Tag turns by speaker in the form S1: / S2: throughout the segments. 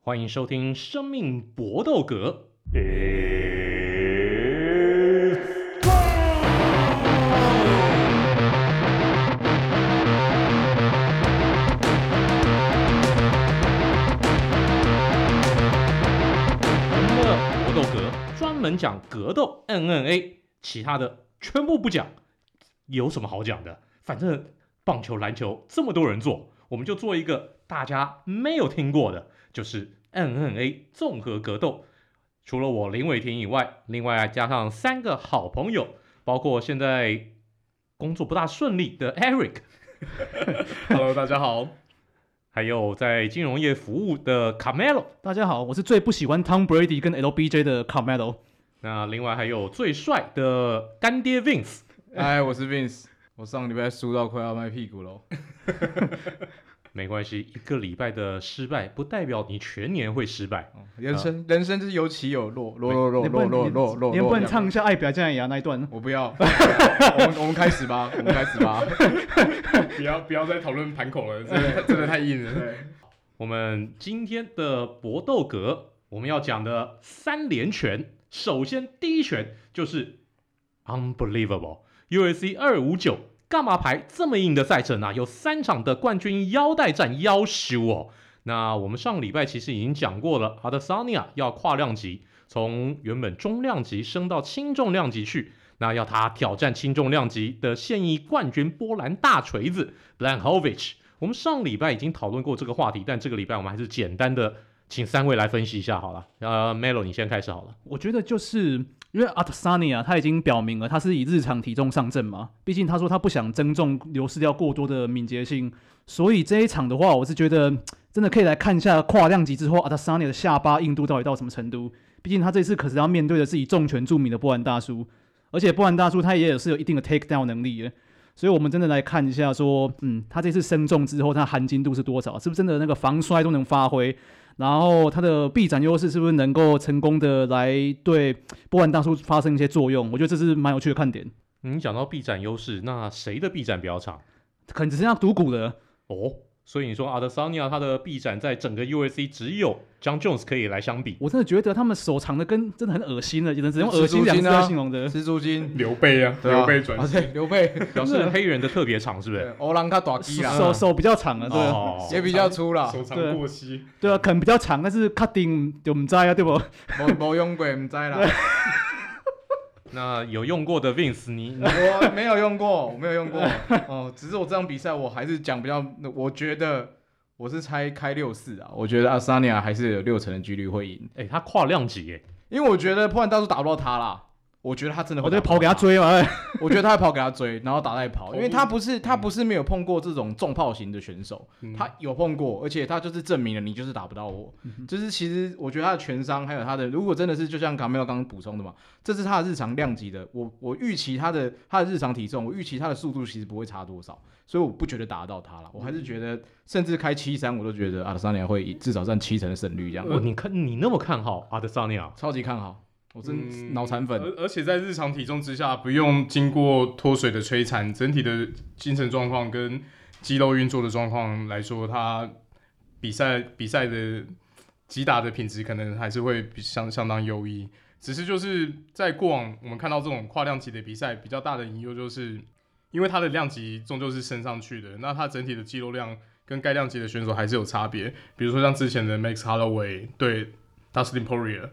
S1: 欢迎收听《生命搏斗格》。我们的搏斗格专门讲格斗 N N A，其他的全部不讲，有什么好讲的？反正棒球、篮球这么多人做，我们就做一个大家没有听过的，就是 N N A 综合格斗。除了我林伟霆以外，另外加上三个好朋友，包括现在工作不大顺利的 Eric，
S2: Hello，大家好，
S1: 还有在金融业服务的 Camelo，
S3: 大家好，我是最不喜欢 Tom Brady 跟 LBJ 的 Carmelo。
S1: 那另外还有最帅的干爹 Vince。
S2: 哎，我是 Vince，我上礼拜输到快要卖屁股了。
S1: 没关系，一个礼拜的失败不代表你全年会失败。
S2: 哦人生、人生就是有起有落，落落落
S3: 啊你不
S2: 落
S3: 能
S2: 落
S3: 你
S2: 落落
S3: 你能不
S2: 落。
S3: 能唱一下《爱表酱牙》那一段？
S2: 我不要， 我们我们开始吧，我们开始 吧。
S4: 不要不要再讨论盘口了，真的真的太硬了。
S1: 我们今天的搏斗格，我们要讲的三连拳，首先第一拳就是 unbelievable UFC 二五九干嘛排这么硬的赛程啊？有三场的冠军腰带战要修哦。那我们上礼拜其实已经讲过了，Adesanya 要跨量级，从原本中量级升到轻重量级去。那要他挑战轻重量级的现役冠军波兰大锤子 Blankovic。我们上礼拜已经讨论过这个话题，但这个礼拜我们还是简单的请三位来分析一下好了。呃，Melo 你先开始好了。
S3: 我觉得就是因为 Adesanya 他已经表明了他是以日常体重上阵嘛，毕竟他说他不想增重流失掉过多的敏捷性，所以这一场的话，我是觉得嗯真的可以来看一下跨量级之后 Adesanya 的下巴硬度到底到什么程度。毕竟他这次可是要面对的是以重拳著名的波兰大叔，而且波兰大叔他也有是有一定的 take down 能力的。所以，我们真的来看一下，说，嗯，他这次升重之后，他含金度是多少？是不是真的那个防摔都能发挥？然后他的臂展优势是不是能够成功的来对波兰大叔发生一些作用？我觉得这是蛮有趣的看点，
S1: 你讲到臂展优势，那谁的臂展比较长？
S3: 可能只剩下独骨了。
S1: 哦，所以你说阿德桑尼亚他的臂展在整个 UFC 只有 John Jones 可以来相比。
S3: 我真的觉得他们手长的跟真的很恶心了，只能只用恶
S2: 蜘
S3: 心
S2: 蛛
S3: 两个字
S2: 精啊
S3: 来形容的。
S2: 蜘蛛精，
S4: 刘备啊，
S2: 对
S4: 刘
S2: 啊，
S4: 备转
S2: 啊
S4: 世，
S2: 对，刘备，哦
S1: 表示黑人的特别长，是不是？
S2: 欧郎卡短基啦，
S3: 手手比较长啊，对啊，
S1: 哦，
S2: 也比较粗啦，
S4: 手长过膝，
S3: 对啊，可能比较长，但是 cutting 就唔知啊，对不？
S2: 没没用过，唔 知啦，
S1: 那有用过的 Vince，你你
S2: 我没有用过，我没有用过。哦，只是我这场比赛我还是讲比较，我觉得我是猜开六四啊，我觉得阿萨尼亚还是有六成的几率会赢。
S1: 哎、他跨量级耶，
S2: 因为我觉得波兰大叔打不到他啦，我觉得他真的
S3: 我
S2: 会
S3: 就
S2: 打不
S3: 哦
S2: 到
S3: 跑给他追嘛。哎
S2: 他，我觉得他会跑给他追，然后打带
S4: 哦
S2: 跑，因为他不是他不是没有碰过这种重炮型的选手，
S4: 嗯
S2: 他有碰过，而且他就是证明了你就是打不到我，就是其实我觉得他的拳伤还有他的，如果真的是就像卡梅尔刚刚补充的嘛，这是他的日常量级的，我我预期他的他的日常体重，我预期他的速度其实不会差多少，所以我不觉得打得到他了，我还是
S4: 嗯
S2: 觉得甚至开七三我都觉得阿德桑尼亚会以至少占七成的胜率这样，
S4: 呃
S1: 哦，你看你那么看好阿德桑尼亚，
S2: 超级看好，我真
S4: 嗯
S2: 脑残粉。
S4: 而而且在日常体重之下，不用经过脱水的摧残，整体的精神状况跟肌肉运作的状况来说，他比赛比赛的击打的品质可能还是会比相相当优异。只是就是在过往我们看到这种跨量级的比赛，比较大的隐忧就是，因为它的量级终究是升上去的，那它整体的肌肉量跟该量级的选手还是有差别。比如说像之前的 Max Holloway 对 Dustin Poirier。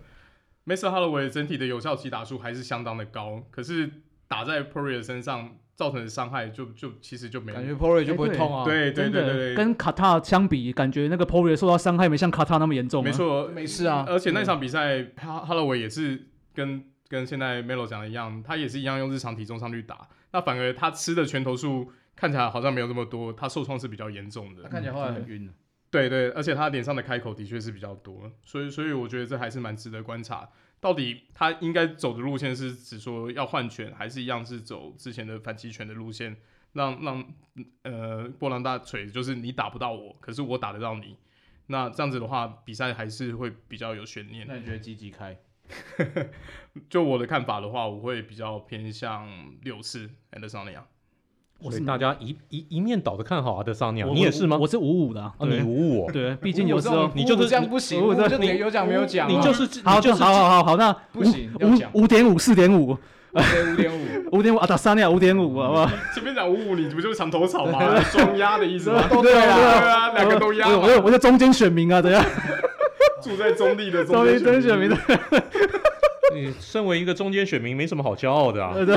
S4: Mason Holloway 整体的有效击打数还是相当的高，可是打在 Poirier 身上造成的伤害就就其实就没有
S2: 感觉 p o r i 就不会
S3: 哎对
S2: 痛啊，
S4: 对对
S3: 真
S4: 对
S3: 的
S4: 对对，
S3: 跟卡塔相比，感觉那个 p o r i 受到伤害没像卡塔那么严重啊。
S4: 没错，
S2: 没事啊
S4: 而且那场比赛哈 Holloway 也是跟跟现在 Melo 讲的一样，他也是一样用日常体重上去打，那反而他吃的拳头数看起来好像没有这么多，他受创是比较严重的
S2: 他。看起来后来很晕。啊
S4: 对对，而且他脸上的开口的确是比较多，所以所以我觉得这还是蛮值得观察，到底他应该走的路线是只说要换拳，还是一样是走之前的反击拳的路线，让让呃波兰大锤就是你打不到我，可是我打得到你，那这样子的话比赛还是会比较有悬念。
S2: 那你觉得积极开？
S4: 啊就我的看法的话，我会比较偏向六四 and 桑尼亚。
S3: 我
S1: 所
S3: 是
S1: 以大家一一一面倒的看好阿德桑尼亚，
S3: 我
S1: 你也是吗？
S3: 我是五五的、啊，
S1: 啊，你
S3: 对
S1: 五五哦，
S3: 对，毕竟有时候
S1: 你就是
S2: 这样不行，
S3: 我
S2: 我
S3: 我这
S2: 就得有奖没有奖啊，
S1: 你就是
S3: 好，
S1: 你就
S3: 就是好好好好，那
S2: 不行要讲
S3: 五五点五四点五
S2: 五点五，
S3: 五点五啊，打三两五点五，好不好？
S4: 前面讲五五，你不就是墙头草 吗？双压的意思吗？
S2: 啊都对
S3: 啊
S2: 啦，
S4: 对啊，两个都压
S3: 我有
S4: 嘛
S3: 我，有我是中间选民啊，等下
S4: 住在中立的
S3: 中
S4: 中
S3: 间
S4: 间
S3: 选民的，
S1: 你身为一个中间选民，没什么好骄傲的啊。
S3: 对对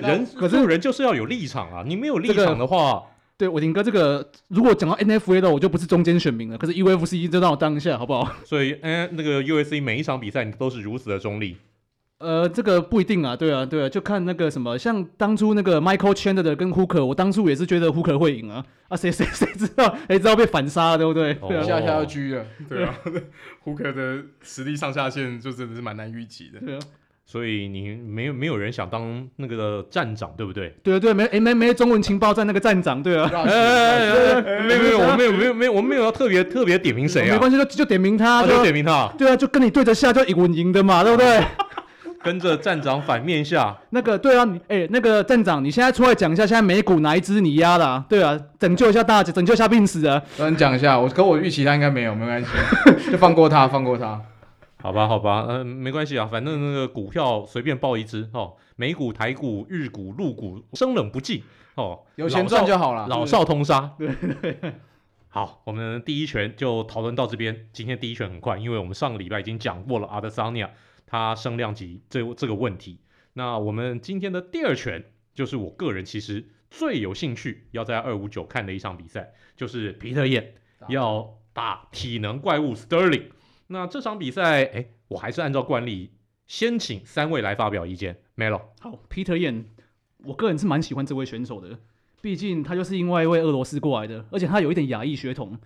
S2: 难道
S1: 人
S3: 可是
S1: 做人就是要有立场啊，你没有立
S3: 这个
S1: 场的话，
S3: 对，我林哥这个，如果讲到 NFA 的，我就不是中间选民了，可是 UFC 就让我当一下，好不好？
S1: 所以嗯、那个 USC 每一场比赛你都是如此的中立。
S3: 呃，这个不一定啊，对啊，对啊，就看那个什么，像当初那个 Michael Chandler 跟 Hooker，我当初也是觉得 Hooker 会赢啊，啊，谁 谁谁知道，谁知道被反杀，对不对？对
S1: 哦
S3: 啊，
S2: 下下要狙了，
S4: 对啊， 胡克的实力上下限就真的是蛮难预期的。
S3: 对啊，
S1: 所以你没有没有人想当那个站长，对不对？
S3: 对啊，对啊，没 MMA 中文情报站那个站长，对啊，
S1: 哎哎哎哎，没有没有，我没有没有没有，我没有要特别特别点名谁
S3: 没
S1: 啊，
S3: 关系，就就点名他，
S1: 我
S3: 对
S1: 就
S3: 啊
S1: 点名他，
S3: 对啊，就跟你对着下就赢稳赢的嘛，对不对？
S1: 跟着站长反面下，
S3: 那个对啊，你哎、那个站长，你现在出来讲一下，现在美股哪一只你压的、啊？对啊，拯救一下大家，拯救一下病死啊！
S2: 那你讲一下，我跟我预期他应该没有，没关系，就放过他，放过他。
S1: 好吧好吧，嗯、没关系啊，反正那个股票随便报一只哦，美股、台股、日股、陆股，生冷不忌哦，
S2: 有钱赚
S1: 老少
S2: 就好了。
S1: 老少通杀。对对。好，我们第一拳就讨论到这边。今天第一拳很快，因为我们上个礼拜已经讲过了阿德桑尼亚他升量级这这个问题。那我们今天的第二拳，就是我个人其实最有兴趣要在二五九看的一场比赛，就是皮特燕
S2: 打
S1: 要打体能怪物 Sterling。那这场比赛，哎，我还是按照惯例，先请三位来发表意见。Melo，
S3: 好，Peter Yan，我个人是蛮喜欢这位选手的，毕竟他就是因为一位俄罗斯过来的，而且他有一点亚裔血统。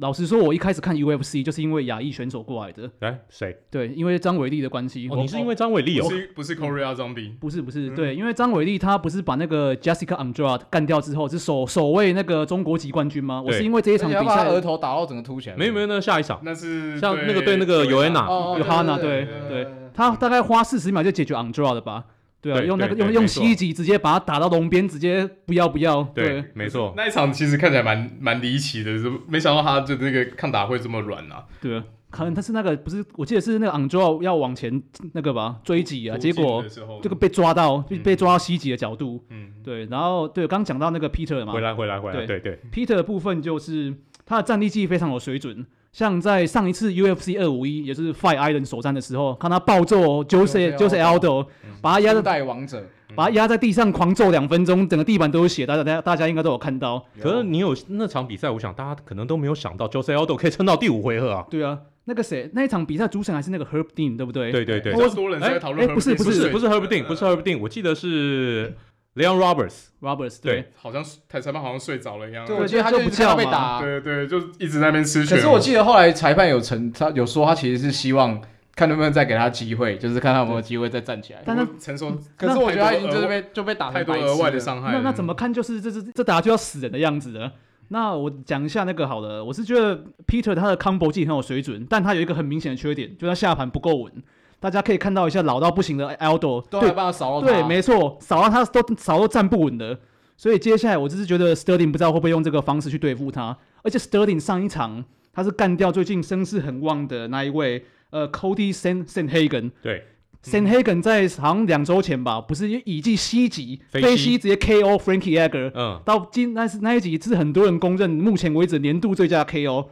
S3: 老实说，我一开始看 UFC 就是因为亚裔选手过来的，
S1: 来谁？
S3: 对，因为张伟丽的关系。嗯
S1: 哦，
S3: 我
S1: 你是因为张伟丽哦
S4: 不？是不是 Korea Zombie，
S3: 不是不是，对，因为张伟丽她不是把那个 Jessica Andrade 干掉之后，是首首位那个中国籍冠军吗？我
S1: 对
S3: 是因为这一
S2: 而
S3: 场
S2: 且
S3: 比
S2: 要把他
S3: 赛
S2: 额头打到整个凸起来。
S1: 没有没有，那下一场。
S4: 那是啊
S1: 像那个对那个 Joanna
S2: 哦，哦
S3: 有 Hana，
S2: 对
S3: 对对他大概花四十秒就解决 Andrade 吧？对啊，
S1: 对
S3: 用那个
S1: 对对
S3: 用用
S1: 没错
S3: 膝击直接把他打到笼边，直接不要不要。
S1: 对，没错，
S4: 那一场其实看起来蛮蛮离奇的，是没想到他的那个抗打会这么软啊，
S3: 对啊，可能他是那个不是，我记得是那个 Andrade 要往前那个吧追击啊，结果
S4: 突进的时候
S3: 这个被抓到，被
S4: 嗯
S3: 被抓到膝击的角度。
S4: 嗯，
S3: 对，然后对，刚讲到那个 Peter 嘛
S1: 回来回来回来，对
S3: 对
S1: 对，
S3: ，Peter 的部分就是他的战力技非常有水准。像在上一次 UFC 二五一，也是 Fight Island 首战的时候，看他暴揍哦 Jose
S2: Jose
S3: Jose Aldo，把他压在
S2: 初代王者。
S3: 把他压在地上狂揍两分钟，整个地板都有血，大家大家大家应该都有看到。
S1: 可是你有那场比赛，我想大家可能都没有想到，Jose Aldo 可以撑到第五回合啊！
S3: 对啊，那个谁，那一场比赛主审还是那个 Herb Dean，对不对？
S1: 对对对，
S4: 我多人在讨论
S3: 哎哎不是
S4: Herb Dean
S1: 不是
S4: 水
S1: 不是 Herb Dean，不是 Herb Dean，我记得是 Leon Roberts，
S3: ，Roberts
S1: 对
S3: 对。
S4: 哎好像是裁裁判好像睡着了一样，
S2: 对，
S4: 对
S2: 我记得他就
S3: 就不
S2: 一直看到
S3: 叫
S2: 被
S3: 嘛
S2: 打啊。
S4: 对就一直在那边吃拳。
S2: 可是我记得后来裁判有成，他有说他其实是希望看能不能再给他机会，就是看他有没有机会再站起来。
S3: 但他
S4: 我承受
S2: 可是我觉得他已经就是
S4: 那
S2: 被就被打成
S4: 太多
S2: 白痴
S4: 额外的
S2: 了
S4: 伤害嗯了，
S3: 那那怎么看？就是这这这打就要死人的样子了。那我讲一下那个好了，我是觉得 Peter 他的 combo 技很有水准，但他有一个很明显的缺点，就是他下盘不够稳。大家可以看到一下老到不行的 Aldo，
S2: 都
S3: 对
S2: 还帮他扫到他。
S3: 对，没错，扫到他都扫都站不稳的。所以接下来我就是觉得 Sterling 不知道会不会用这个方式去对付他，而且 Sterling 上一场他是干掉最近声势很旺的那一位呃 Cody San San Hagen。
S1: 对
S3: San Hagen 在好像两周前吧，不是以记西级
S1: 飞
S3: 飞
S1: 膝
S3: 膝直接 KO Frankie Edgar，
S1: 嗯，
S3: 到今那是那一集是很多人公认目前为止年度最佳 KO，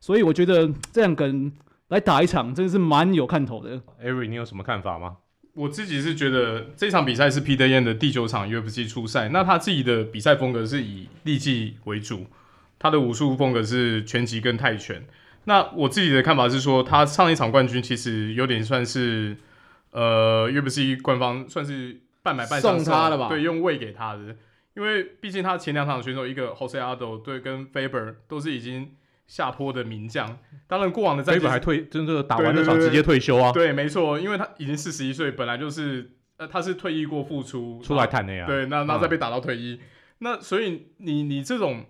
S3: 所以我觉得这两个人来打一场真的是蛮有看头的。
S1: e r i 你有什么看法吗？
S4: 我自己是觉得这场比赛是 Peter Yan 的第九场 UFC 初赛，那他自己的比赛风格是以力技为主，他的武术风格是拳击跟泰拳。那我自己的看法是说，他上一场冠军其实有点算是呃 UFC 官方算是半买半相
S2: 送他的吧
S4: 对，用喂给他的，因为毕竟他前两场选手一个 Jose Aldo 对跟 Faber 都是已经下坡的名将，当然过往的战
S1: 飞
S4: 绩
S1: 本
S4: 是
S1: 还退，真的打
S4: 对
S1: 完
S4: 对
S1: 那场
S4: 对
S1: 直接退休啊，
S4: 对，没错，因为他已经四十一岁，本来就是呃，他是退役过复出
S1: 出来谈的呀。
S4: 对，那那
S1: 嗯
S4: 再被打到退役，那所以你你这种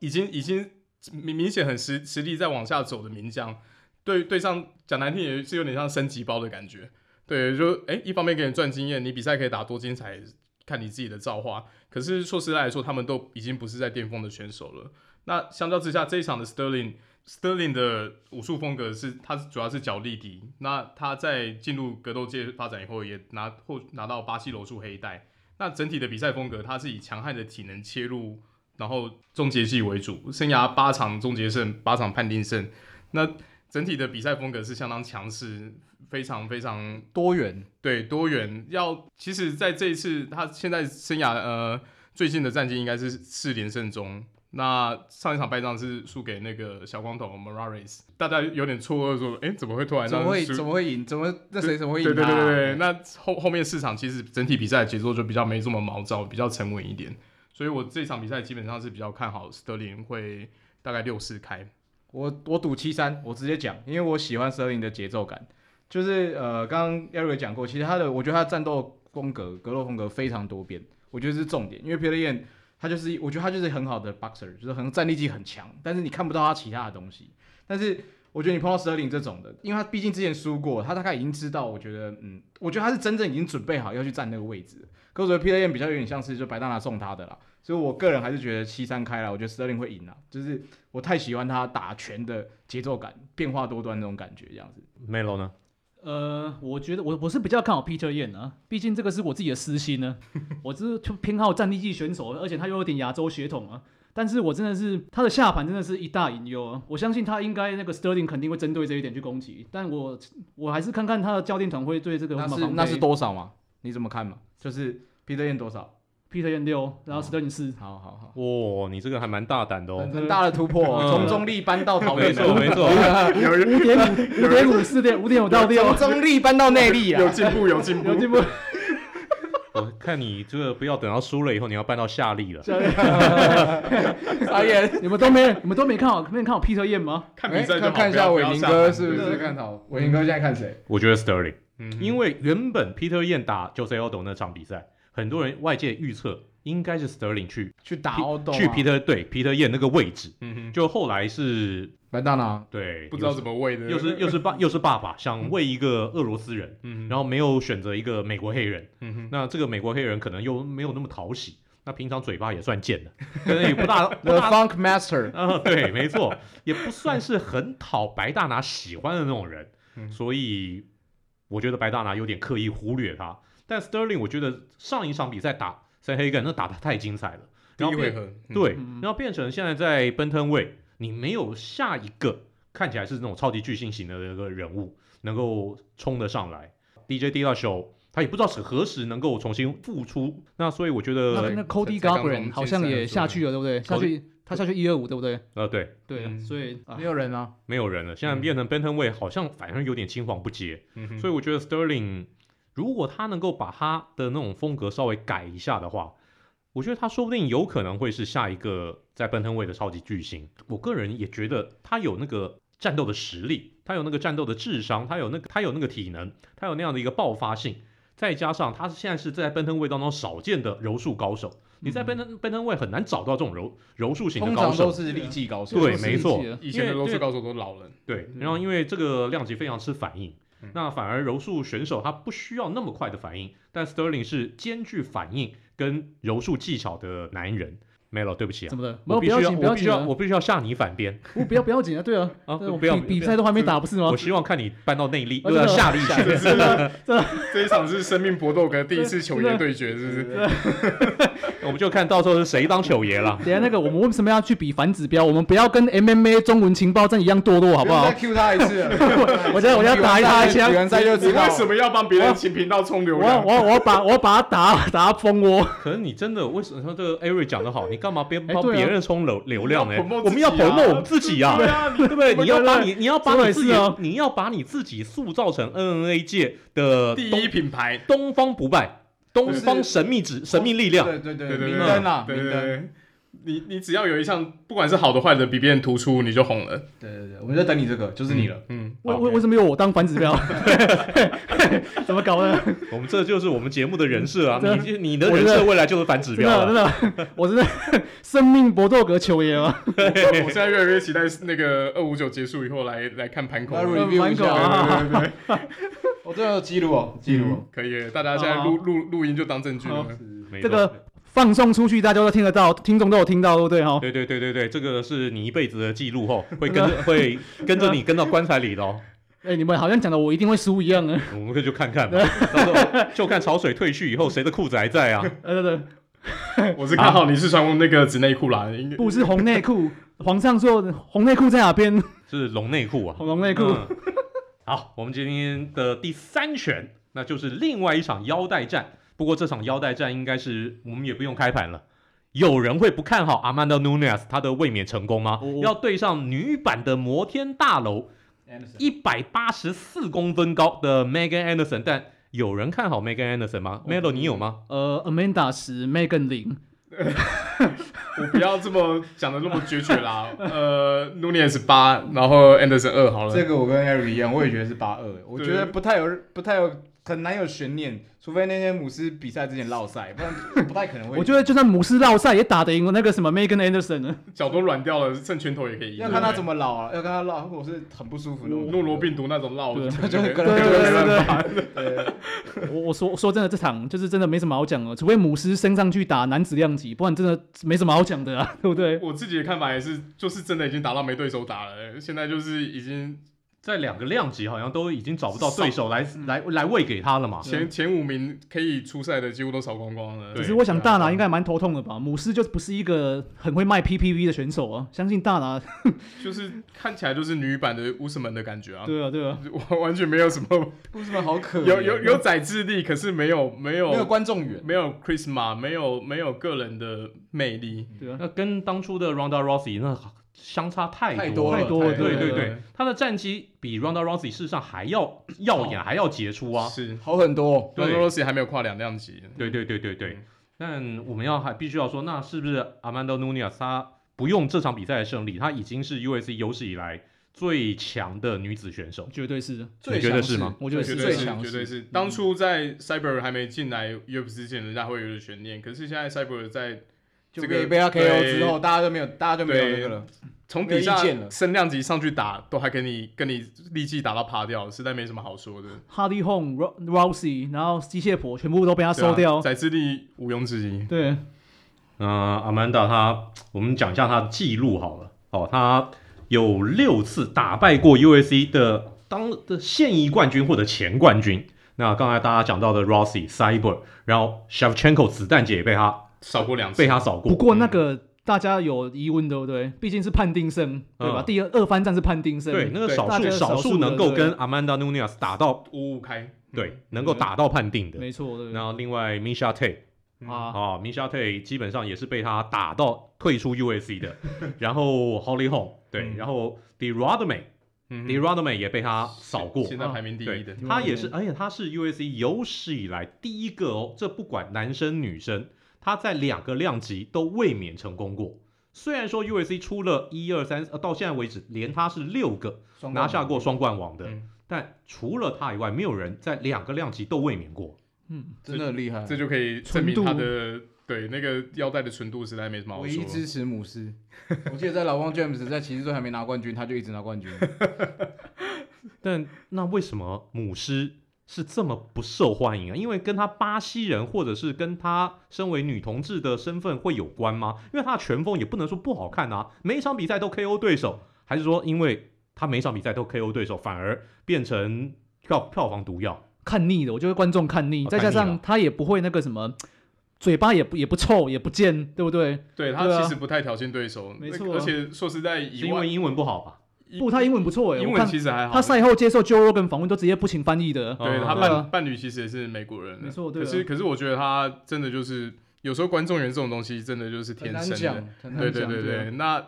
S4: 已经已经明明显很实实力在往下走的名将，对对上讲难听也是有点像升级包的感觉。对，就哎、诶一方面给你赚经验，你比赛可以打多精彩，看你自己的造化。可是说实在来说，他们都已经不是在巅峰的选手了。那相较之下，这一场的 Sterling Sterling 的武术风格是，他主要是脚力敌。那他在进入格斗界发展以后，也拿后拿到巴西柔术黑带。那整体的比赛风格，他是以强悍的体能切入，然后终结技为主，生涯八场终结胜，八场判定胜。那整体的比赛风格是相当强势，非常非常
S2: 多元，
S4: 对多元。要其实在这一次他现在生涯呃最近的战绩应该是四连胜中。那上一场败仗是输给那个小光头 Morales，大家有点错愕说，哎、怎么会突然
S2: 怎么
S4: 让
S2: 会
S4: 输
S2: 怎么会赢？怎么那谁怎么会赢、
S4: 对
S2: 啊？
S4: 对对对对，那后后面市场其实整体比赛的节奏就比较没这么毛躁，比较沉稳一点。所以我这场比赛基本上是比较看好斯特林会大概六四 开。
S2: 我我赌七三，我直接讲，因为我喜欢 Sterling 的节奏感，就是呃，刚刚 Eric 讲过，其实他的我觉得他的战斗风格、格斗风格非常多变，我觉得这是重点，因为 Peter Yan 他就是我觉得他就是很好的 boxer，就是很战力技很强，但是你看不到他其他的东西，但是。我觉得你碰到 Sterling 这种的，因为他毕竟之前输过，他大概已经知道。我觉得，嗯，我觉得他是真正已经准备好要去站那个位置了。可我觉得 Peter Yan 比较有点像是就白大拿送他的啦，所以我个人还是觉得七三开了，我觉得 Sterling 会赢啦，就是我太喜欢他打拳的节奏感，变化多端那种感觉，这样子。
S1: Melo 呢？
S3: 呃，我觉得我我是比较看好 Peter Yan 啊，毕竟这个是我自己的私心呢、 我只是就偏好战力技选手，而且他又有点亚洲血统啊。但是我真的是他的下盘真的是一大隐忧啊！我相信他应该那个 Sterling 肯定会针对这一点去攻击，但我我还是看看他的教练团会对这个有
S2: 那
S3: 什么
S2: 是
S3: 防备
S2: 那是多少嘛？你怎么看嘛？就是 Peter Yan 多少？
S3: Peter Yan 六，然
S2: 哦
S3: 后 Sterling 四，
S2: 好好好，
S1: 哇，你这个还蛮大胆的
S2: 很
S1: 哦。
S2: 很大的突破 哦，
S1: 嗯
S2: 从中立搬到桃
S1: 没
S2: 园
S1: 错
S2: 了，
S1: 没错，
S4: 有
S3: 五点五五点五四点五点五到六，
S2: 从中立搬到内力啊
S4: 有！进步有进步
S3: 有，进步。
S1: 我看你这个不要等到输了以后，你要搬到夏利了。
S2: 傻眼。
S3: 你们都没你们都没看好没看好 Peter Yan 吗？
S4: 看比
S2: 哎
S4: 赛就好，
S2: 看看一下
S4: 不
S2: 伟
S4: 要
S2: 宁
S4: 不要
S2: 哥
S4: 下
S2: 是不
S4: 对
S2: 是看好？伟宁哥现在看谁？
S1: 我觉得 Sterling，
S4: 嗯
S1: 因为原本 Peter Yan 打 Jose Aldo 那场比赛，很多人外界预测应该是 Sterling 去
S2: 去打奥斗、啊，
S1: 去 Peter 对 Peter Yan 那个位置，
S4: 嗯哼，
S1: 就后来是
S2: 白大拿，
S1: 对
S4: 不知道怎么喂的，
S1: 又是又是 爸又是爸爸想为一个俄罗斯人，
S4: 嗯哼，
S1: 然后没有选择一个美国黑人，
S4: 嗯哼，
S1: 那这个美国黑人可能又没有那么讨喜，那平常嘴巴也算 贱的，可能也不大不
S2: The
S1: 大
S2: Funk Master，
S1: 啊、对，没错，也不算是很讨白大拿喜欢的那种人，
S4: 嗯
S1: 所以我觉得白大拿有点刻意忽略他。但 Sterling，我觉得上一场比赛打塞黑根，那打的太精彩了，
S4: 第
S1: 然
S4: 一
S1: 后
S4: 回
S1: 变
S4: 合，嗯，
S1: 对
S3: 嗯，
S1: 然后变成现在在奔腾位，你没有下一个看起来是那种超级巨星型的那个人物能够冲得上来。DJ D 大秀他也不知道是何时能够重新复出，那所以我觉
S3: 那
S2: 嗯
S1: 得
S3: 那 Cody
S4: 才刚从
S3: Garbrandt 好像
S4: 健身
S3: 也
S4: 出
S3: 下
S4: 来
S3: 去了，对不对？下
S1: Cody-
S3: 去他下去一二五，对不对？
S1: 呃对，
S3: 对啊，
S4: 嗯
S3: 所以啊
S2: 没，有人啊，
S1: 没有人了，现在变成奔腾位好像反而有点青黄不接。
S4: 嗯哼，
S1: 所以我觉得 Sterling 如果他能够把他的那种风格稍微改一下的话，我觉得他说不定有可能会是下一个在奔腾位的超级巨星。我个人也觉得他有那个战斗的实力，他有那个战斗的智商，他有那个他有那个体能，他有那样的一个爆发性，再加上他现在是在奔腾位当中少见的柔术高手。你在奔腾奔腾位很难找到这种柔柔术型的
S2: 嗯通
S1: 高
S2: 常
S1: 手，
S2: 都是力技高手。
S1: 对
S3: 就是
S1: 没
S3: 力
S1: 错
S3: 气了
S4: 以前的
S1: 因为
S4: 柔
S1: 对
S4: 术高手都老了，
S1: 对，
S3: 嗯
S1: 然后因为这个量级非常吃反应，
S4: 嗯
S1: 那反而柔术选手他不需要那么快的反应，但 Sterling 是兼具反应跟柔术技巧的男人。Melo，对不起啊
S3: 怎，么的？
S1: 我
S3: 没有
S1: 必
S3: 不
S1: 须
S3: 要
S1: 要，
S3: 紧，不
S1: 我
S3: 要
S1: 必须
S3: 紧
S1: 要，
S3: 啊，
S1: 我必须要下你反边
S3: 我不要不要紧啊，对啊，
S1: 啊！
S3: 对啊
S1: 不
S3: 我
S1: 不要
S3: 比比
S1: 不要
S3: 赛都还没打，不是吗
S1: 我？希望看你搬到内力，
S3: 啊
S1: 又要
S3: 真的
S1: 下力 下力。
S4: 这一场是生命搏斗跟第一次球员对决，是不是？
S1: 我们就看到时候是谁当九爷了。
S3: 等一下那个，我们为什么要去比反指标？我们不要跟 MMA 中文情报站一样堕落，好不好
S2: 再？Q 他一次了，
S3: 我我觉得我要打一他一枪
S2: 比，完赛就
S4: 你
S2: 知道
S4: 为
S2: 了。
S4: 什么要帮别人请频道充流
S3: 我要
S4: 量？
S3: 我要我要把我要把他打打蜂窝。
S1: 可能你真的为什么这个 Eric 讲的好？你干嘛边
S3: 哎
S1: 帮
S3: 对啊
S1: 别人充流流量呢
S4: 要 promote？
S1: 我们要
S4: 自己啊
S1: promote 我们自己啊，
S4: 对啊，
S1: 对不对？你要把你你要把
S3: 说
S1: 你
S3: 得也
S1: 自
S3: 是
S1: 己
S3: 啊，
S1: 你要把你自己塑造成 NNA 界的
S4: 第
S1: 东
S4: 一品牌，
S1: 东方不败，东
S2: 是
S1: 方神秘之神秘力量。
S2: 对对
S4: 对
S2: 对，
S4: 对
S2: 明
S4: 对，
S2: 灯啊，
S4: 对
S2: 明
S4: 对
S2: 灯。
S4: 对。你你只要有一项，不管是好的坏的，比别人突出，你就红了。
S2: 对对对，我们在等你这个，嗯就是你了。
S4: 嗯，
S3: 为
S4: 好
S3: 为为什么有我当反指标？ 怎么搞的？
S1: 我们这就是我们节目的人设啊！
S3: 对
S1: 你你的
S3: 我
S1: 人
S3: 觉
S1: 设
S3: 得
S1: 未来就是反指
S3: 真
S1: 标啊
S3: 的啊
S1: 了。
S3: 真的，我真的生命搏斗格球啊爷吗？
S4: 我现在越来越期待那个二五九结束以后来来看盘口啊
S2: 来
S4: 了。
S3: 对
S2: review 一
S4: 对
S3: 蛮
S2: 下，
S3: 狗
S4: 对对对，
S2: 我这有记录哦，记录
S4: 可以，大家现在录录录音就当证据
S3: 好
S4: 了。
S2: 哦。
S1: 没
S3: 这
S1: 错
S3: 个放送出去，大家都听得到，听众都有听到，对不哦对哈？
S1: 对对对对对，这个是你一辈子的记录哦，会跟 着会跟着你跟到棺材里的哦。
S3: 哎、你们好像讲的我一定会输一样啊！
S1: 我们可以就看看 嘛，到时候就看潮水退去以后谁的裤子还在啊？
S3: 呃，对
S4: 我是看好你是穿那个纸内裤啦，应该
S3: 对，不是红内裤，皇上说红内裤在哪边？
S1: 是龙内 裤啊，
S3: 红龙内裤。
S1: 嗯好，我们今天的第三拳，那就是另外一场腰带战。不过这场腰带战应该是我们也不用开盘了。有人会不看好阿曼达·努内斯他的卫冕成功吗？
S3: 我
S1: 要对上女版的摩天大楼，一百八十四公分高的 Megan Anderson，但有人看好 Megan Anderson 吗？Melo，你有吗？
S3: 呃，Amanda 十，Megan 零，
S4: 我不要这么讲的那么决绝啦。呃，Nunez 八，然后 Anderson 二好了。
S2: 这个我跟 Harry 一样，我也觉得是八二，我觉得不太有不太有很难有悬念，除非那天姆斯比赛之前落赛，不然不太可能会。
S3: 我觉得就算姆斯绕赛也打得赢那个什么 Megan Anderson 啊呢。
S4: 脚都软掉了，剩拳头也可以赢。
S2: 要看他怎么老啊，要看他老，如果是很不舒服那种，
S4: 诺罗病毒那种绕，
S3: 对
S4: 我
S2: 就
S4: 觉
S2: 可
S4: 得
S2: 能
S3: 对
S2: 就
S3: 对
S2: 没
S3: 对
S2: 办 法。对，
S3: 我我说我说真的，这场就是真的没什么好讲哦了，除非姆斯升上去打男子量级，不然真的没什么好讲的啊， 对不对？
S4: 我自己的看法也是，就是真的已经打到没对手打了，现在就是已经
S1: 在两个量级好像都已经找不到对手来来来喂给他了嘛。
S4: 前前五名可以出赛的几乎都扫光光
S1: 对
S4: 了。
S3: 嗯
S1: 啊
S3: 只是我想大拿应
S4: 该
S3: 该蛮头痛的吧，姆斯就不是一个很会卖 PPV 的选手啊，相信大拿，
S4: 就是看起来就是女版的乌斯门的感觉啊，
S3: 对啊对啊，
S4: 完完全没有什么
S2: 为什么好可怜？
S4: 有有有宰智力，可是没有没有
S2: 没有观众缘？
S4: 没有 charisma，没有没有个人的魅力，
S3: 对啊，
S1: 那跟当初的 Ronda Rousey 那相差太
S2: 太
S1: 多
S2: 多
S1: 了
S2: 了，
S3: 太多了
S1: 对
S3: 哦对
S1: 对对，他的战绩比 Ronda Rousey 事实上还要耀眼，还要杰出啊。
S4: 是。
S2: 好很多。
S1: 对
S4: r o n Rossi 还没有跨两量级，
S1: 对对对对对
S4: 嗯。
S1: 但我们要还必须要说，那是不是阿曼达努尼亚她不用这场比赛的胜利，她已经是 UFC 有史以来最强的女子选手？
S3: 绝对是的，
S2: 最
S1: 你觉得
S2: 强
S1: 是吗？
S3: 我觉得
S4: 绝
S3: 是
S4: 对
S2: 最
S4: 是，
S2: 强
S4: 绝
S2: 势
S4: 对是。当初在 Cyber 还没进来 UFC 之前，人家会有点悬念，可是现在 Cyber 在
S2: 就
S4: 这
S2: 被
S4: 个
S2: 被他 KO
S4: 对
S2: 之后，大家就没有，大家就没有那个了。
S4: 从底下
S2: 没有意见了
S4: 升量级上去打，都还跟你跟你力气打到趴掉，实在没什么好说的。
S3: Hardy Home、Rousey，然后机械婆全部都被他
S4: 对啊
S3: 收掉，
S4: 宰智力毋庸置疑。
S3: 对，
S1: 那阿曼达她，我们讲一下她的记录好了。哦，她有六次打败过 UFC 的当的现役冠军或者前冠军。那刚才大家讲到的 Rossi、Cyber，然后 Shevchenko 子弹姐也被他
S4: 少过两次
S1: 被，他扫过。
S3: 不过那个大家有疑问，对不对？毕竟是判定胜，对吧？
S1: 嗯
S3: 第二二番战是判定胜，
S1: 对，那个少
S3: 大
S1: 数
S3: 家
S1: 少数能够
S3: 的
S1: 跟 Amanda Nunez 打到，
S4: 五五开，
S1: 对，能够打到判定的。
S3: 没错，对
S1: 然后另外 Misha Tate
S4: 嗯
S3: 啊，
S1: 啊，Misha Tate 基本上也是被他打到退出 UFC 的。然后 Holly Holm 对，
S4: 嗯
S1: 然后 d e r o d m e
S4: 嗯
S1: d e r o d m e 也被他扫过。
S4: 现在排名第一的嗯
S1: 对，他也是，而且他是 UFC 有史以来第一个哦，这不管男生女生，他在两个量级都卫冕成功过。虽然说 UFC 出了一二三，呃，到现在为止，连他是六个
S2: 双冠
S1: 拿下过双冠王的，
S4: 嗯
S1: 但除了他以外，没有人在两个量级都卫冕过。
S3: 嗯，
S2: 真的很厉害
S4: 这，就可以证明他的对那个腰带的纯度实在没什么好
S2: 唯一
S4: 说。
S2: 支持姆斯。 我记得在老汪 James 在骑士队还没拿冠军，他就一直拿冠军。
S1: 但那为什么母狮是这么不受欢迎啊？因为跟他巴西人或者是跟他身为女同志的身份会有关吗？因为他的拳风也不能说不好看啊，每一场比赛都 KO 对手，还是说因为他每一场比赛都 KO 对手，反而变成票票房毒药？
S3: 看腻了，我觉得观众看腻，
S1: 哦
S3: 再加
S1: 看腻
S3: 上
S1: 了
S3: 他也不会那个什么，嘴巴也不也不臭也不贱，对不对？
S4: 对
S3: 对
S4: 他
S3: 啊
S4: 其实不太挑衅对手，
S3: 没
S4: 那
S3: 错
S4: 而
S3: 啊
S4: 且说实在，
S1: 是
S4: 以
S1: 因
S4: 外
S1: 为英文不好吧？
S4: 以
S3: 不，他英文不错哎，
S4: 英
S3: 我
S4: 文
S3: 看
S4: 其实还好，
S3: 他赛后接受 Joe Rogan 访问都直接不请翻译的，
S4: 对
S1: 哦
S4: 他
S3: 对
S4: 伴、
S3: 啊
S4: 伴侣其实也是美国人，
S3: 没错对啊
S4: 可是可是我觉得他真的就是有时候观众缘这种东西真的就是
S2: 很
S4: 天
S2: 难
S4: 生的
S2: 讲，，很
S4: 对
S2: 难
S4: 对
S2: 讲。
S4: 对
S2: 啊
S4: 对。那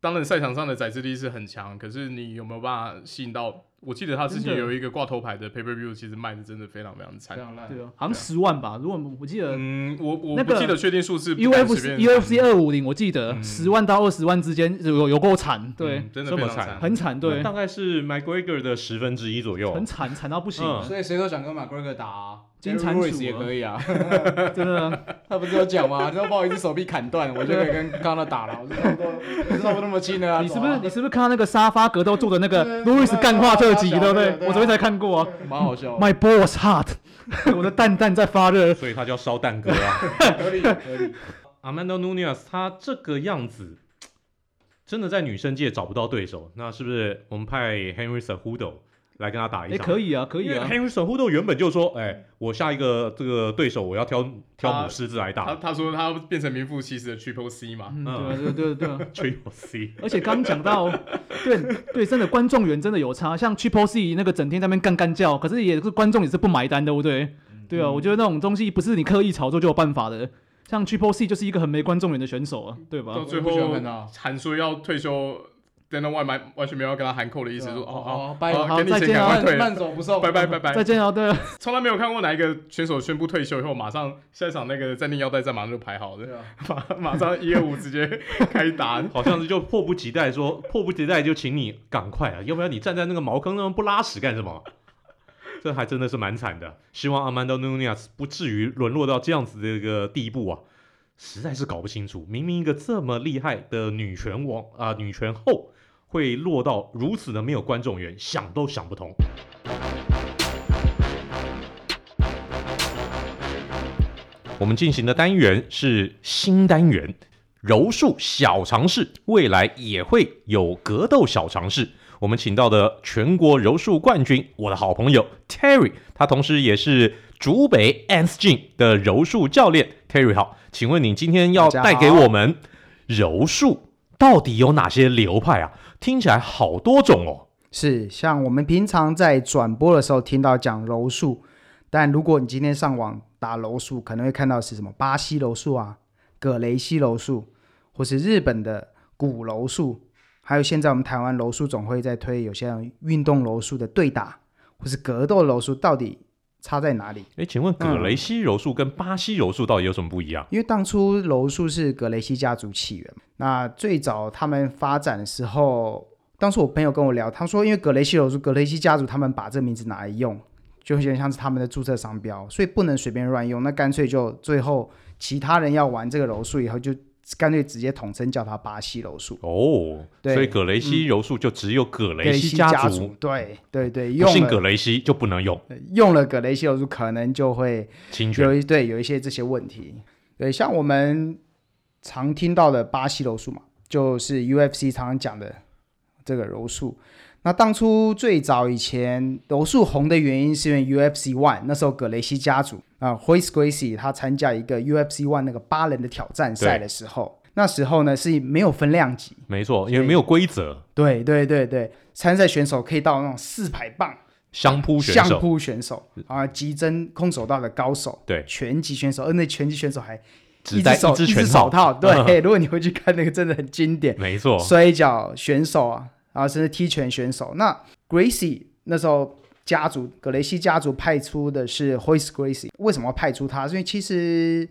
S4: 当然赛场上的宰制力是很强，可是你有没有办法吸引到？我记得他之前
S3: 真的
S4: 有一个挂头牌的 pay per view，其实卖的真的非常非常
S2: 非
S4: 惨。
S2: 常烂。
S3: 对啊，好像十万吧，如果我记得。
S4: 嗯，我我
S3: 那
S4: 不
S3: 个
S4: 记得确定数
S3: 呃
S4: 字不敢随
S3: UFC
S4: 便
S3: UFC 二五零，我记得
S4: 嗯
S3: 十万到二十万之间有有够惨，对，
S4: 嗯真的
S1: 这
S4: 非
S1: 么
S4: 常
S1: 惨
S3: 很惨，对，
S1: 大概是 McGregor 的十分之一左右
S3: 很。惨，惨到不行，
S1: 嗯
S2: 所以谁都想跟马奎格打啊，
S3: 金蟾鼠啊
S2: Jerry Ruiz 也可以啊。
S3: 真的。
S2: 他不是有讲吗？他把我一只手臂砍断，我就可以跟刚刚打了。我是差不多，我是差不多那么轻的啊。
S3: 你是不
S2: 走
S3: 是
S2: 啊
S3: 你是不是看到那个沙发格斗做的那个
S2: 对
S3: 路易斯干话特热集，对不
S2: 对
S3: 对
S2: 啊？对啊
S3: 我昨天才看过啊。
S2: 蛮好笑的，
S3: My balls hot，我的蛋蛋在发热。
S1: 所以他叫烧蛋哥啊。
S2: 合理合理。
S1: Amanda Nunez 她这个样子，真的在女生界找不到对手。那是不是我们派 Henry Cejudo 来跟他打一
S3: 哎，
S1: 场？
S3: 可以啊，可以啊。
S1: Henry Cejudo 原本就说，哎、我下一个这个对手我要挑挑母狮子来
S4: 他
S1: 打，
S4: 他说他变成名副其实的 Triple C 嘛，
S3: 嗯，对啊，对啊对啊对啊。
S1: 吹我 C。
S3: 而且刚讲到，对对，真的观众缘真的有差。像 Triple C 那个整天在那边干干叫，可是也是观众也是不买单的，对不对？对啊，我觉得那种东西不是你刻意炒作就有办法的。像 Triple C 就是一个很没观众缘的选手啊，对吧
S4: 到？最
S2: 我不喜欢
S4: 后
S2: 看他
S4: 喊说要退休，Dana White 完完全没有要跟他喊扣的
S2: 啊
S4: 意思，说哦好，
S2: 好，拜
S4: 好
S3: 好
S4: 给你
S3: 再
S4: 钱
S3: 见
S4: 赶
S3: 啊
S4: 快退
S2: 慢
S4: 了，
S2: 慢走不送，
S4: 拜拜拜
S3: 再
S4: 拜。
S3: 见啊，对啊，
S4: 从来没有看过哪一个选手宣布退休以后，马上下一场那个暂定腰带战马上就排好
S2: 对
S4: 了，
S2: 啊，
S4: 马马上一二五直接开打。
S1: 好像是就迫不及待说， 迫不及待就请你赶快啊，要不然你站在那个茅坑上不拉屎干什么？ 这还真的是蛮惨的。希望 Amanda Nunez 不至于沦落到这样子的一个地步啊，实在是搞不清楚，明明一个这么厉害的女权王啊、女权后，会落到如此的没有观众缘，想都想不通。我们进行的单元是新单元，柔术小尝试，未来也会有格斗小尝试。我们请到的全国柔术冠军，我的好朋友 Terry，他同时也是竹北 a n s g i n 的柔术教练。Terry 好，请问你今天要
S2: 大家
S1: 带
S2: 好
S1: 给我们柔术到底有哪些流派啊？听起来好多种哦。
S5: 是，像我们平常在转播的时候听到讲柔术，但如果你今天上网打柔术，可能会看到是什么巴西柔术啊、葛雷西柔术，或是日本的古柔术，还有现在我们台湾柔术总会在推有些运动柔术的对打，或是格斗柔术，到底差在哪里？
S1: 诶，请问葛雷西柔术跟巴西柔术到底有什么不一样？
S5: 因为当初柔术是格雷西家族起源，那最早他们发展的时候，当时我朋友跟我聊，他说因为格雷西柔术，格雷西家族他们把这名字拿来用，就有点像是他们的注册商标，所以不能随便乱用。那干脆就最后其他人要玩这个柔术以后，就干脆直接统称叫它巴西柔术。
S1: 哦，
S5: 对
S1: 所以葛雷西柔术就只有葛
S5: 格
S1: 雷
S5: 雷
S1: 西
S5: 西
S1: 家
S5: 族
S1: 族，，
S5: 对对对，
S1: 不
S5: 用
S1: 信葛
S5: 了
S1: 雷西就不能用
S5: 用了格雷西柔术，可能就会
S1: 侵权。
S5: 有一对有一些这些问题，对，像我们常听到的巴西柔术嘛，就是 UFC 常常讲的这个柔术。那当初最早以前柔术红的原因是因为 UFC One，那时候葛雷西家族啊 h o i s Gracie 他参加一个 UFC One 那个八人的挑战赛的时候，那时候呢是没有分量级，
S1: 没错，
S5: 所以
S1: 因为没有规则，
S5: 对对对对，参赛选手可以到那种四排棒。
S1: 相扑选
S5: 相
S1: 手
S5: 扑选手啊，急真空手道的高手，
S1: 对
S5: 拳击选手，而那拳击选手还
S1: 只
S5: 一
S1: 戴
S5: 只
S1: 一
S5: 手
S1: 只
S5: 一
S1: 拳
S5: 只
S1: 套嗯哦
S5: 手。 套，对，如果你回去看那个，真的很经典。
S1: 没错，
S5: 摔跤选手啊，啊，甚至踢拳选手。那 Gracie 那时候家族葛雷西家族派出的是 Hoist Gracie，为什么要派出他？是因为其实，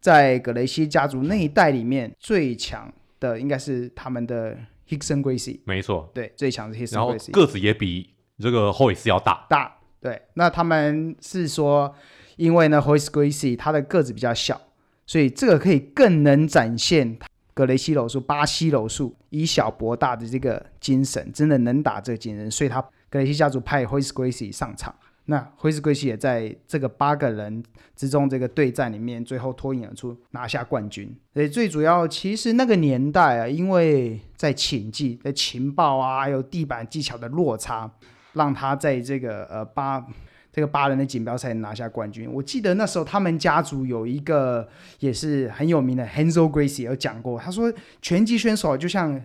S5: 在葛雷西家族那一代里面，最强的应该是他们的 Hickson Gracie，
S1: 没错。
S5: 对，最强是 Hickson
S1: 然后
S5: Gracie。
S1: 个子也比这个 Hoyce 要大，
S5: 大。对，那他们是说，因为呢 h o i s Gracie 他的个子比较小，所以这个可以更能展现格雷西柔术、巴西柔术以小博大的这个精神，真的能打这个精神，所以他格雷西家族派 h o i s Gracie 上场。那 h o i s Gracie 也在这个八个人之中这个对战里面，最后脱颖而出，拿下冠军。所以最主要，其实那个年代啊，因为在擒技、在情报啊，还有地板技巧的落差，让他在这个呃八这个八人的锦标赛拿下冠军。我记得那时候他们家族有一个也是很有名的 Hansel Gracie 有讲过，他说拳击选手就像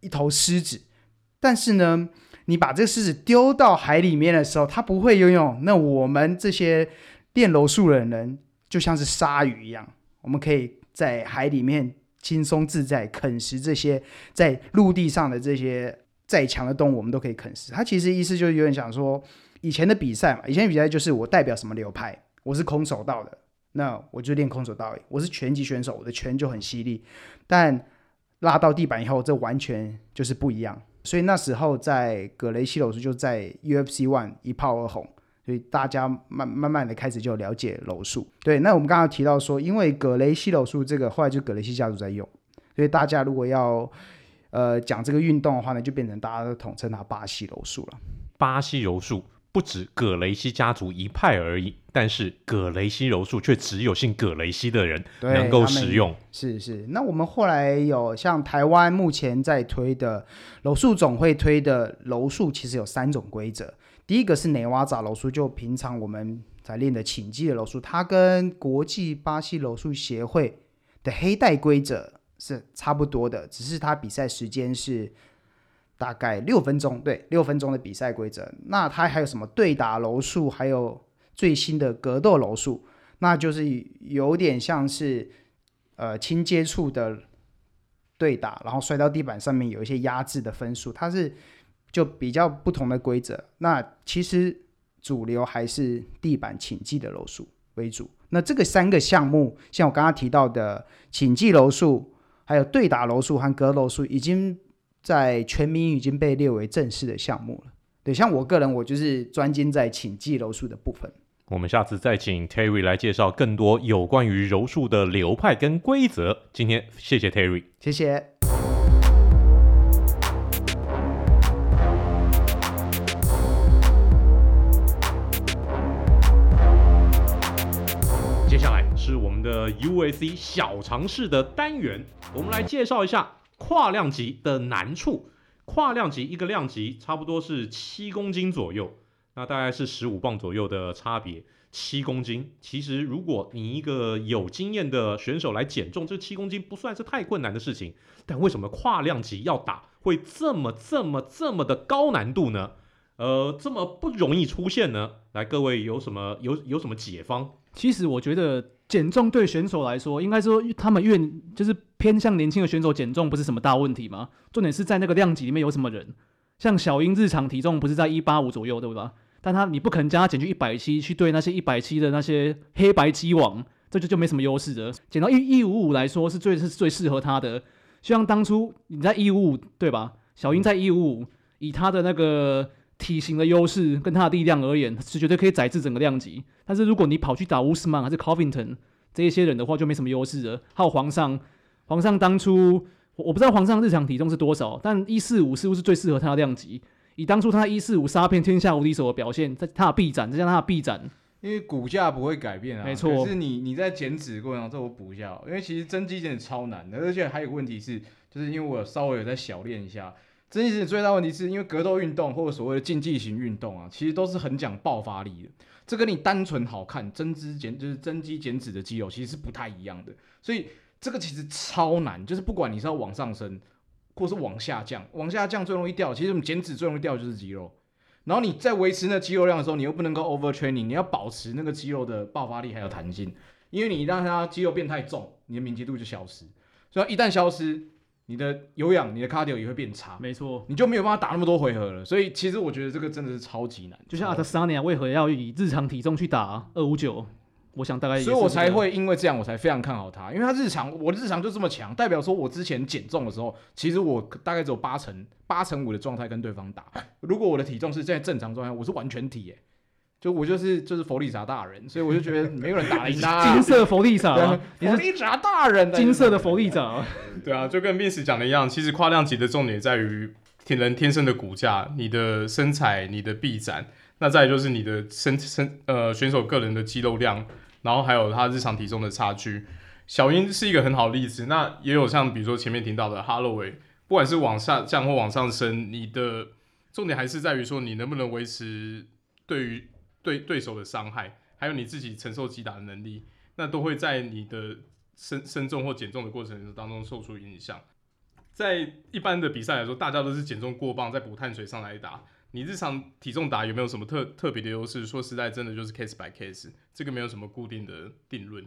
S5: 一头狮子，但是呢，你把这个狮子丢到海里面的时候，它不会游泳。那我们这些练柔术的人就像是鲨鱼一样，我们可以在海里面轻松自在啃食这些在陆地上的这些再强的动物我们都可以啃食。他其实意思就是有点想说，以前的比赛嘛，以前的比赛就是我代表什么流派，我是空手道的，那我就练空手道而已；我是拳击选手，我的拳就很犀利。但拉到地板以后，这完全就是不一样。所以那时候在葛雷西柔术就在 UFC One 一炮而红。所以大家慢慢慢的开始就了解柔术，对。那我们刚刚提到说，因为葛雷西柔术这个后来就葛雷西家族在用，所以大家如果要呃讲这个运动的话呢，就变成大家都统称它巴西柔术了。
S1: 巴西柔术不止葛雷西家族一派而已，但是葛雷西柔术却只有姓葛雷西的人
S5: 对，
S1: 能够
S5: 他们
S1: 使用。
S5: 是是，那我们后来有像台湾目前在推的柔术总会推的柔术，其实有三种规则。第一个是内瓦扎柔术，就平常我们在练的请记的柔术，它跟国际巴西柔术协会的黑带规则是差不多的，只是它比赛时间是大概六分钟，对，六分钟的比赛规则。那它还有什么对打柔术，还有最新的格斗柔术，那就是有点像是。呃轻接触的对打，然后摔到地板上面有一些压制的分数，它是就比较不同的规则。那其实主流还是地板请技的柔术为主。那这个三个项目，像我刚刚提到的请技柔术，还有对打柔术和格斗柔术，已经在全民已经被列为正式的项目了。对，像我个人，我就是专精在请技柔术的部分。
S1: 我们下次再请 Terry 来介绍更多有关于柔术的流派跟规则。今天谢谢 Terry。
S5: 谢谢。
S1: 接下来是我们的 UAC 小尝试的单元，我们来介绍一下跨量级的难处。跨量级一个量级差不多是七公斤左右，那大概是十五磅左右的差别。七公斤，其实如果你一个有经验的选手来减重，这七公斤不算是太困难的事情。但为什么跨量级要打会这么这么这么的高难度呢？呃，这么不容易出现呢？来，各位有什么有有什么解方？
S3: 其实我觉得减重对选手来说，应该说他们越就是偏向年轻的选手减重不是什么大问题嘛。重点是在那个量级里面有什么人，像小英日常体重不是在一八五左右，对吧？但他你不可能将他减去一百七，去对那些一百七的那些黑白鸡王，这就就没什么优势的。减到一一五五来说是最是最适合他的。就像当初你在一五五对吧？小英在一五五，以他的那个体型的优势跟他的力量而言，是绝对可以宰制整个量级。但是如果你跑去打乌斯曼还是 Covington 这一些人的话，就没什么优势了。还有皇上，皇上当初我我不知道皇上日常体重是多少，但一四五似乎是最适合他的量级。以当初他一四五杀遍天下无敌手的表现，在他的臂展，再加上他的臂展，
S2: 因为骨架不会改变啊，
S3: 没错
S2: 可是你你在减脂的过程当中，这我补一下哦，因为其实增肌减脂超难的，而且还有个问题是，就是因为我稍微有在小练一下，增肌减脂最大问题是因为格斗运动或者所谓的竞技型运动啊，其实都是很讲爆发力的，这跟你单纯好看增脂减就是增肌减脂的肌肉其实是不太一样的，所以这个其实超难，就是不管你是要往上升，或是往下降，往下降最容易掉，其实我们减脂最容易掉的就是肌肉。然后你在维持那肌肉量的时候，你又不能够 over training，你要保持那个肌肉的爆发力还有弹性，因为你让它肌肉变太重，你的敏捷度就消失。所以一旦消失，你的有氧、你的 cardio 也会变差，
S3: 没错。
S2: 你就没有办法打那么多回合了。所以其实我觉得这个真的是超级难，
S3: 就像阿特萨尼亚为何要以日常体重去打二五九？我想哎大概也是
S2: 所
S3: 这
S2: 以
S3: 个，
S2: 我才会因为这样，我才非常看好他，因为他日常我日常就这么强，代表说我之前减重的时候，其实我大概只有八成八成五的状态跟对方打。如果我的体重是在正常状态，我是完全体耶、就我就是就是佛利萨大人，所以我就觉得没有人打赢他、
S3: 金色佛利萨
S2: 对
S3: 啊，你
S2: 佛
S3: 是
S2: 利萨大人，
S3: 金色的佛利萨啊，
S4: 对啊，就跟 Vince 讲的一样，其实跨量级的重点在于天人天生的骨架、你的身材、你的臂展，那再来就是你的身身呃选手个人的肌肉量，然后还有他日常体重的差距。小英是一个很好的例子，那也有像比如说前面听到的哈洛维，不管是往下降或往上升，你的重点还是在于说你能不能维持对于对对手的伤害，还有你自己承受击打的能力，那都会在你的身身重或减重的过程当中受出影响。在一般的比赛来说，大家都是减重过磅，再补碳水上来打。你日常体重打有没有什么特特别的优势？说实在，真的就是 case by case，这个没有什么固定的定论。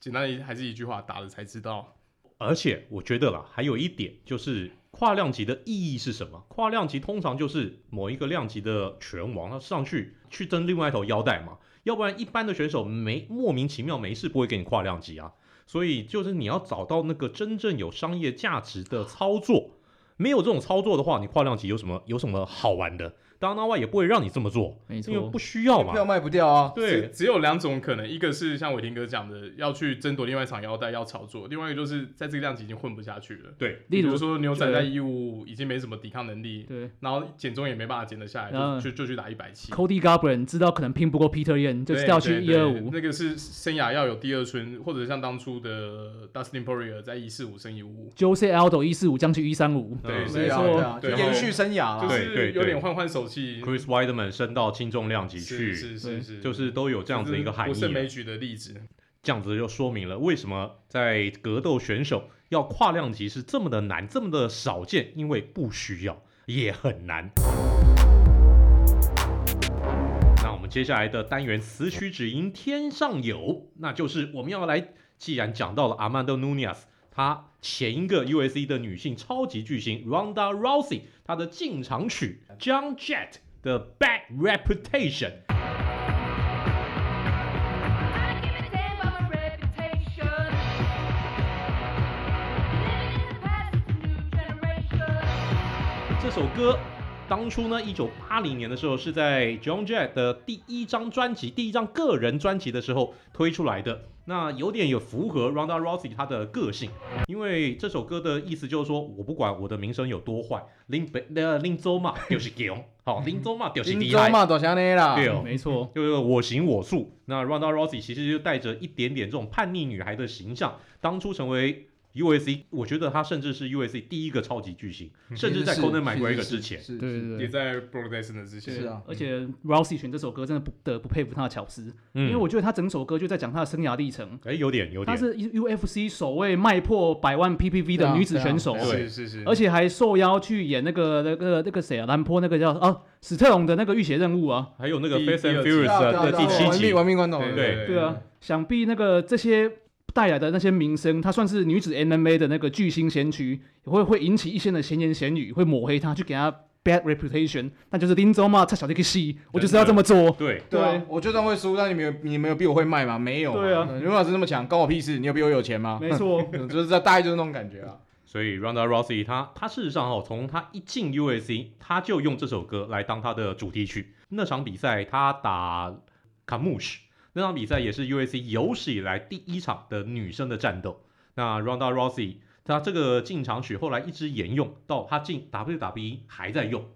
S4: 简单一还是一句话，打了才知道。
S1: 而且我觉得啦，还有一点就是跨量级的意义是什么？跨量级通常就是某一个量级的拳王，他上去去争另外一头腰带嘛，要不然一般的选手没莫名其妙没事不会给你跨量级啊。所以就是你要找到那个真正有商业价值的操作，没有这种操作的话，你跨量级有什么有什么好玩的？当当 Y 也不会让你这么做，
S2: 没
S1: 因为
S2: 错
S1: 不，需要嘛。
S2: 票卖不掉啊。
S1: 对，
S4: 只只有两种可能，一个是像伟霆哥讲的，要去争夺另外一场腰带，要炒作；，另外一个就是在这个量级已经混不下去了。
S1: 对，
S3: 例
S4: 比
S3: 如
S4: 如说牛仔
S3: 对
S4: 在一五已经没什么抵抗能力，
S3: 对
S4: 然后减重也没办法减得下来，
S3: 嗯
S4: 就就就去打一百七。
S3: Cody Garbrandt 知道可能拼不过 Peter Yan，就
S4: 对
S3: 是要去
S4: 对
S3: 一
S4: 对
S3: 二五。
S4: 那个是生涯要有第二春，或者像当初的 Dustin Poirier 在一四五升一五五，
S3: Jose Aldo 一四五将近一三五，
S4: 对
S1: 嗯
S4: 所以
S2: 对啊，对啊，就
S4: 对
S2: 延续生涯
S4: 就
S2: 啦。
S1: 对对
S4: 是有
S1: 对
S4: 点换换手气，
S1: Chris Weidman 升到轻重量级
S4: 是
S1: 去，
S4: 是
S3: 对
S4: 是是，
S1: 就是都有这样子一个含
S4: 不胜
S1: 义啊。
S4: 枚举的例子。
S1: 这样子就说明了为什么在格斗选手要跨量级是这么的难，这么的少见，因为不需要，也很难。那我们接下来的单元词曲只应天上有，那就是我们要来，既然讲到了阿曼德努尼亚斯，她前一个 u s c 的女性超级巨星 Ronda Rousey，她的进场曲 John Jett 的 Bad Reputation。
S6: I don't give a damn about my reputation. Living in the past, it's a new generation.
S1: 这首歌当初呢，一九八零年的时候是在 John Jett 的第一张专辑、第一张个人专辑的时候推出来的。那有点也符合 Ronda Rousey 她的个性，因为这首歌的意思就是说，我不管我的名声有多坏，林北呃林州嘛就是强， 好林州嘛就是
S2: 金
S1: 厉
S2: 州
S1: 害，
S2: 嘛，多香内啦。
S1: 对哦，
S3: 没错，
S1: 就是我行我素。那 Ronda Rousey 其实就带着一点点这种叛逆女孩的形象，当初成为 UFC，我觉得她甚至是 UFC 第一个超级巨星，甚至在
S2: 嗯其实是
S1: Conor McGregor
S2: 其实
S1: 之
S2: 是
S1: 前。
S2: 是
S3: 对
S2: 是
S3: 对
S4: 也
S3: 对。
S4: 在 b r o d e s n 的之前，
S2: 是啊
S3: 而且 Rousey 选这首歌真的不得不佩服他的巧思，
S1: 嗯
S3: 因为我觉得他整首歌就在讲他的生涯历程。
S1: 哎，有点有
S3: 她
S1: 点，
S3: 是 UFC 首位卖破百万 PPV
S2: 对
S3: 的
S2: 啊
S3: 女子选手，
S2: 对啊
S4: 是是是，
S3: 而且还受邀去演那个那个那个谁啊，兰坡那个叫啊史特龙的那个浴血任务啊，
S1: 还有那个《
S4: 第
S1: Fast and
S4: 第二集
S1: Furious
S2: 对》啊对啊
S1: 的
S2: 对
S1: 第
S2: 啊
S1: 七
S2: 玩命
S1: 集，
S2: 玩命关头，
S4: 对
S3: 对啊，，想必那个这些带来的那些名声，她算是女子 MMA 的那个巨星先驱，也会会引起一些人的闲言闲语，会抹黑她，去给她 bad reputation，那就是林州嘛，蔡小这个戏，我就是要这么做，
S1: 对，
S3: 对
S2: 对啊，我就算会输，但你没有你没有比我会卖吗？没有嘛，
S3: 对啊
S2: 刘老师那么强，关我屁事，你有比我有钱吗？
S3: 没错，
S2: 就是在大概就是那种感觉啊。
S1: 所以 Ronda Rousey 她她事实上哦，从她一进 UFC，她就用这首歌来当她的主题曲。那场比赛她打 Kamush，那场比赛也是 UFC 有史以来第一场的女生的战斗。那 Ronda Rousey 她这个进场曲后来一直沿用到她进 WWE 还在用，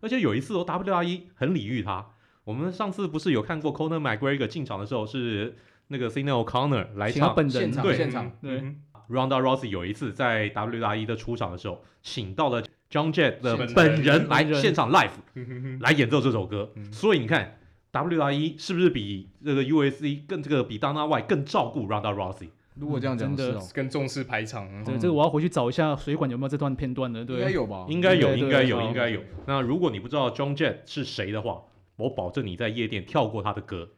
S1: 而且有一次哦 WWE 很礼遇她。我们上次不是有看过 Conor McGregor 进场的时候是那个 Cena O'Connor 来
S3: 请她
S1: 唱
S3: 本
S2: 现
S3: 人啊
S2: 场
S1: 对
S2: 现场，
S4: 嗯
S3: 对
S1: Ronda Rousey 有一次在 WWE 的出场的时候，请到了 John Jett 的
S4: 现场
S1: 本人
S3: 本
S1: 来
S3: 人
S1: 现场 live
S4: 嗯
S1: 来演奏这首歌，所以你看 WWE 是不是比这个 UFC 更这个比 Dana White 更照顾 Ronda Rousey？
S2: 如果这样讲
S3: 真
S2: 是
S3: 的
S2: 哦，
S4: 更重视排场，啊
S3: 对，这个我要回去找一下水管有没有这段片段的，
S2: 嗯应该
S3: 对，
S2: 有吧？
S1: 应该有，
S3: 对
S1: 应该有，
S3: 对
S1: 应该有。那如果你不知道 John Jett 是谁的话，我保证你在夜店跳过他的歌，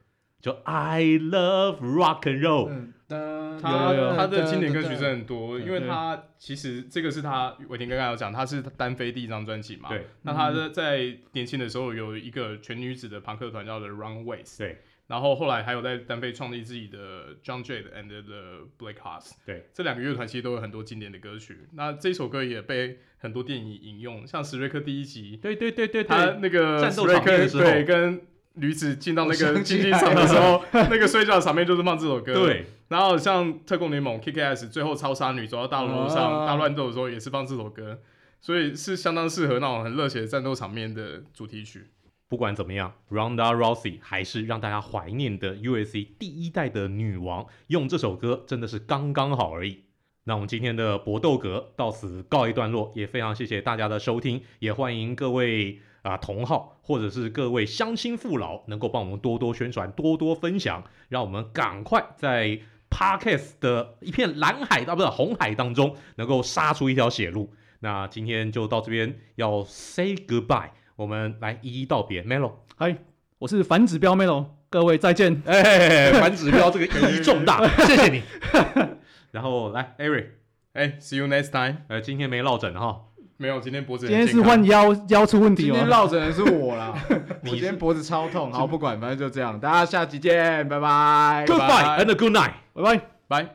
S1: 就 I Love Rock and Roll。
S2: 嗯，他
S4: 他
S3: 有有
S4: 他的经典歌曲真的很多，
S3: 对
S4: 因为他其实这个是他伟霆刚刚有讲，他是单飞第一张专辑嘛。
S1: 对。
S4: 那他在在年轻的时候有一个全女子的朋克团叫 The Runways，
S1: 对。
S4: 然后后来还有在单飞创立自己的 John Jett and the Black Hearts，
S1: 对，
S4: 这两个乐团其实都有很多经典的歌曲。那这首歌也被很多电影引用，像史瑞克第一集，
S1: 对对对对
S4: 他
S1: 对，
S4: 那个
S1: 战斗
S4: 瑞
S1: 场面
S4: 克
S1: 的时候
S4: 对跟驴子进到那
S2: 我
S4: 个
S2: 想起
S4: 竞技
S2: 来
S4: 场的
S2: 了
S4: 时候，那个睡觉的场面就是放这首歌。
S1: 对，
S4: 然后像特工联盟 KKS 最后超杀女走到大楼上、
S2: 啊
S4: 大乱斗的时候，也是放这首歌，所以是相当适合那种很热血的战斗场面的主题曲。
S1: 不管怎么样，Ronda Rousey 还是让大家怀念的 UFC 第一代的女王，用这首歌真的是刚刚好而已。那我们今天的搏斗格到此告一段落，也非常谢谢大家的收听，也欢迎各位啊、同好或者是各位乡亲父老能够帮我们多多宣传、多多分享，让我们赶快在 Parkes 的一片蓝海啊，不是红海当中，能够杀出一条血路。那今天就到这边，要 say goodbye，我们来一一道别，Melo。
S3: 嗨，我是反指标 Melo，各位再见。
S1: 哎，反指标这个意义重大，谢谢你。然后来，Eric，
S4: 哎，See you next time。
S1: 呃，今天没落枕哈，
S4: 没有，今天脖子很
S3: 今天是
S4: 健康
S3: 换腰腰出问题
S2: 今
S3: 哦
S2: 天。落枕的是我啦，我
S1: 你
S2: 今天脖子超痛，好不管，反正就这样，大家下期见，拜拜
S1: Goodbye and a good night。
S3: 拜拜。
S4: 拜。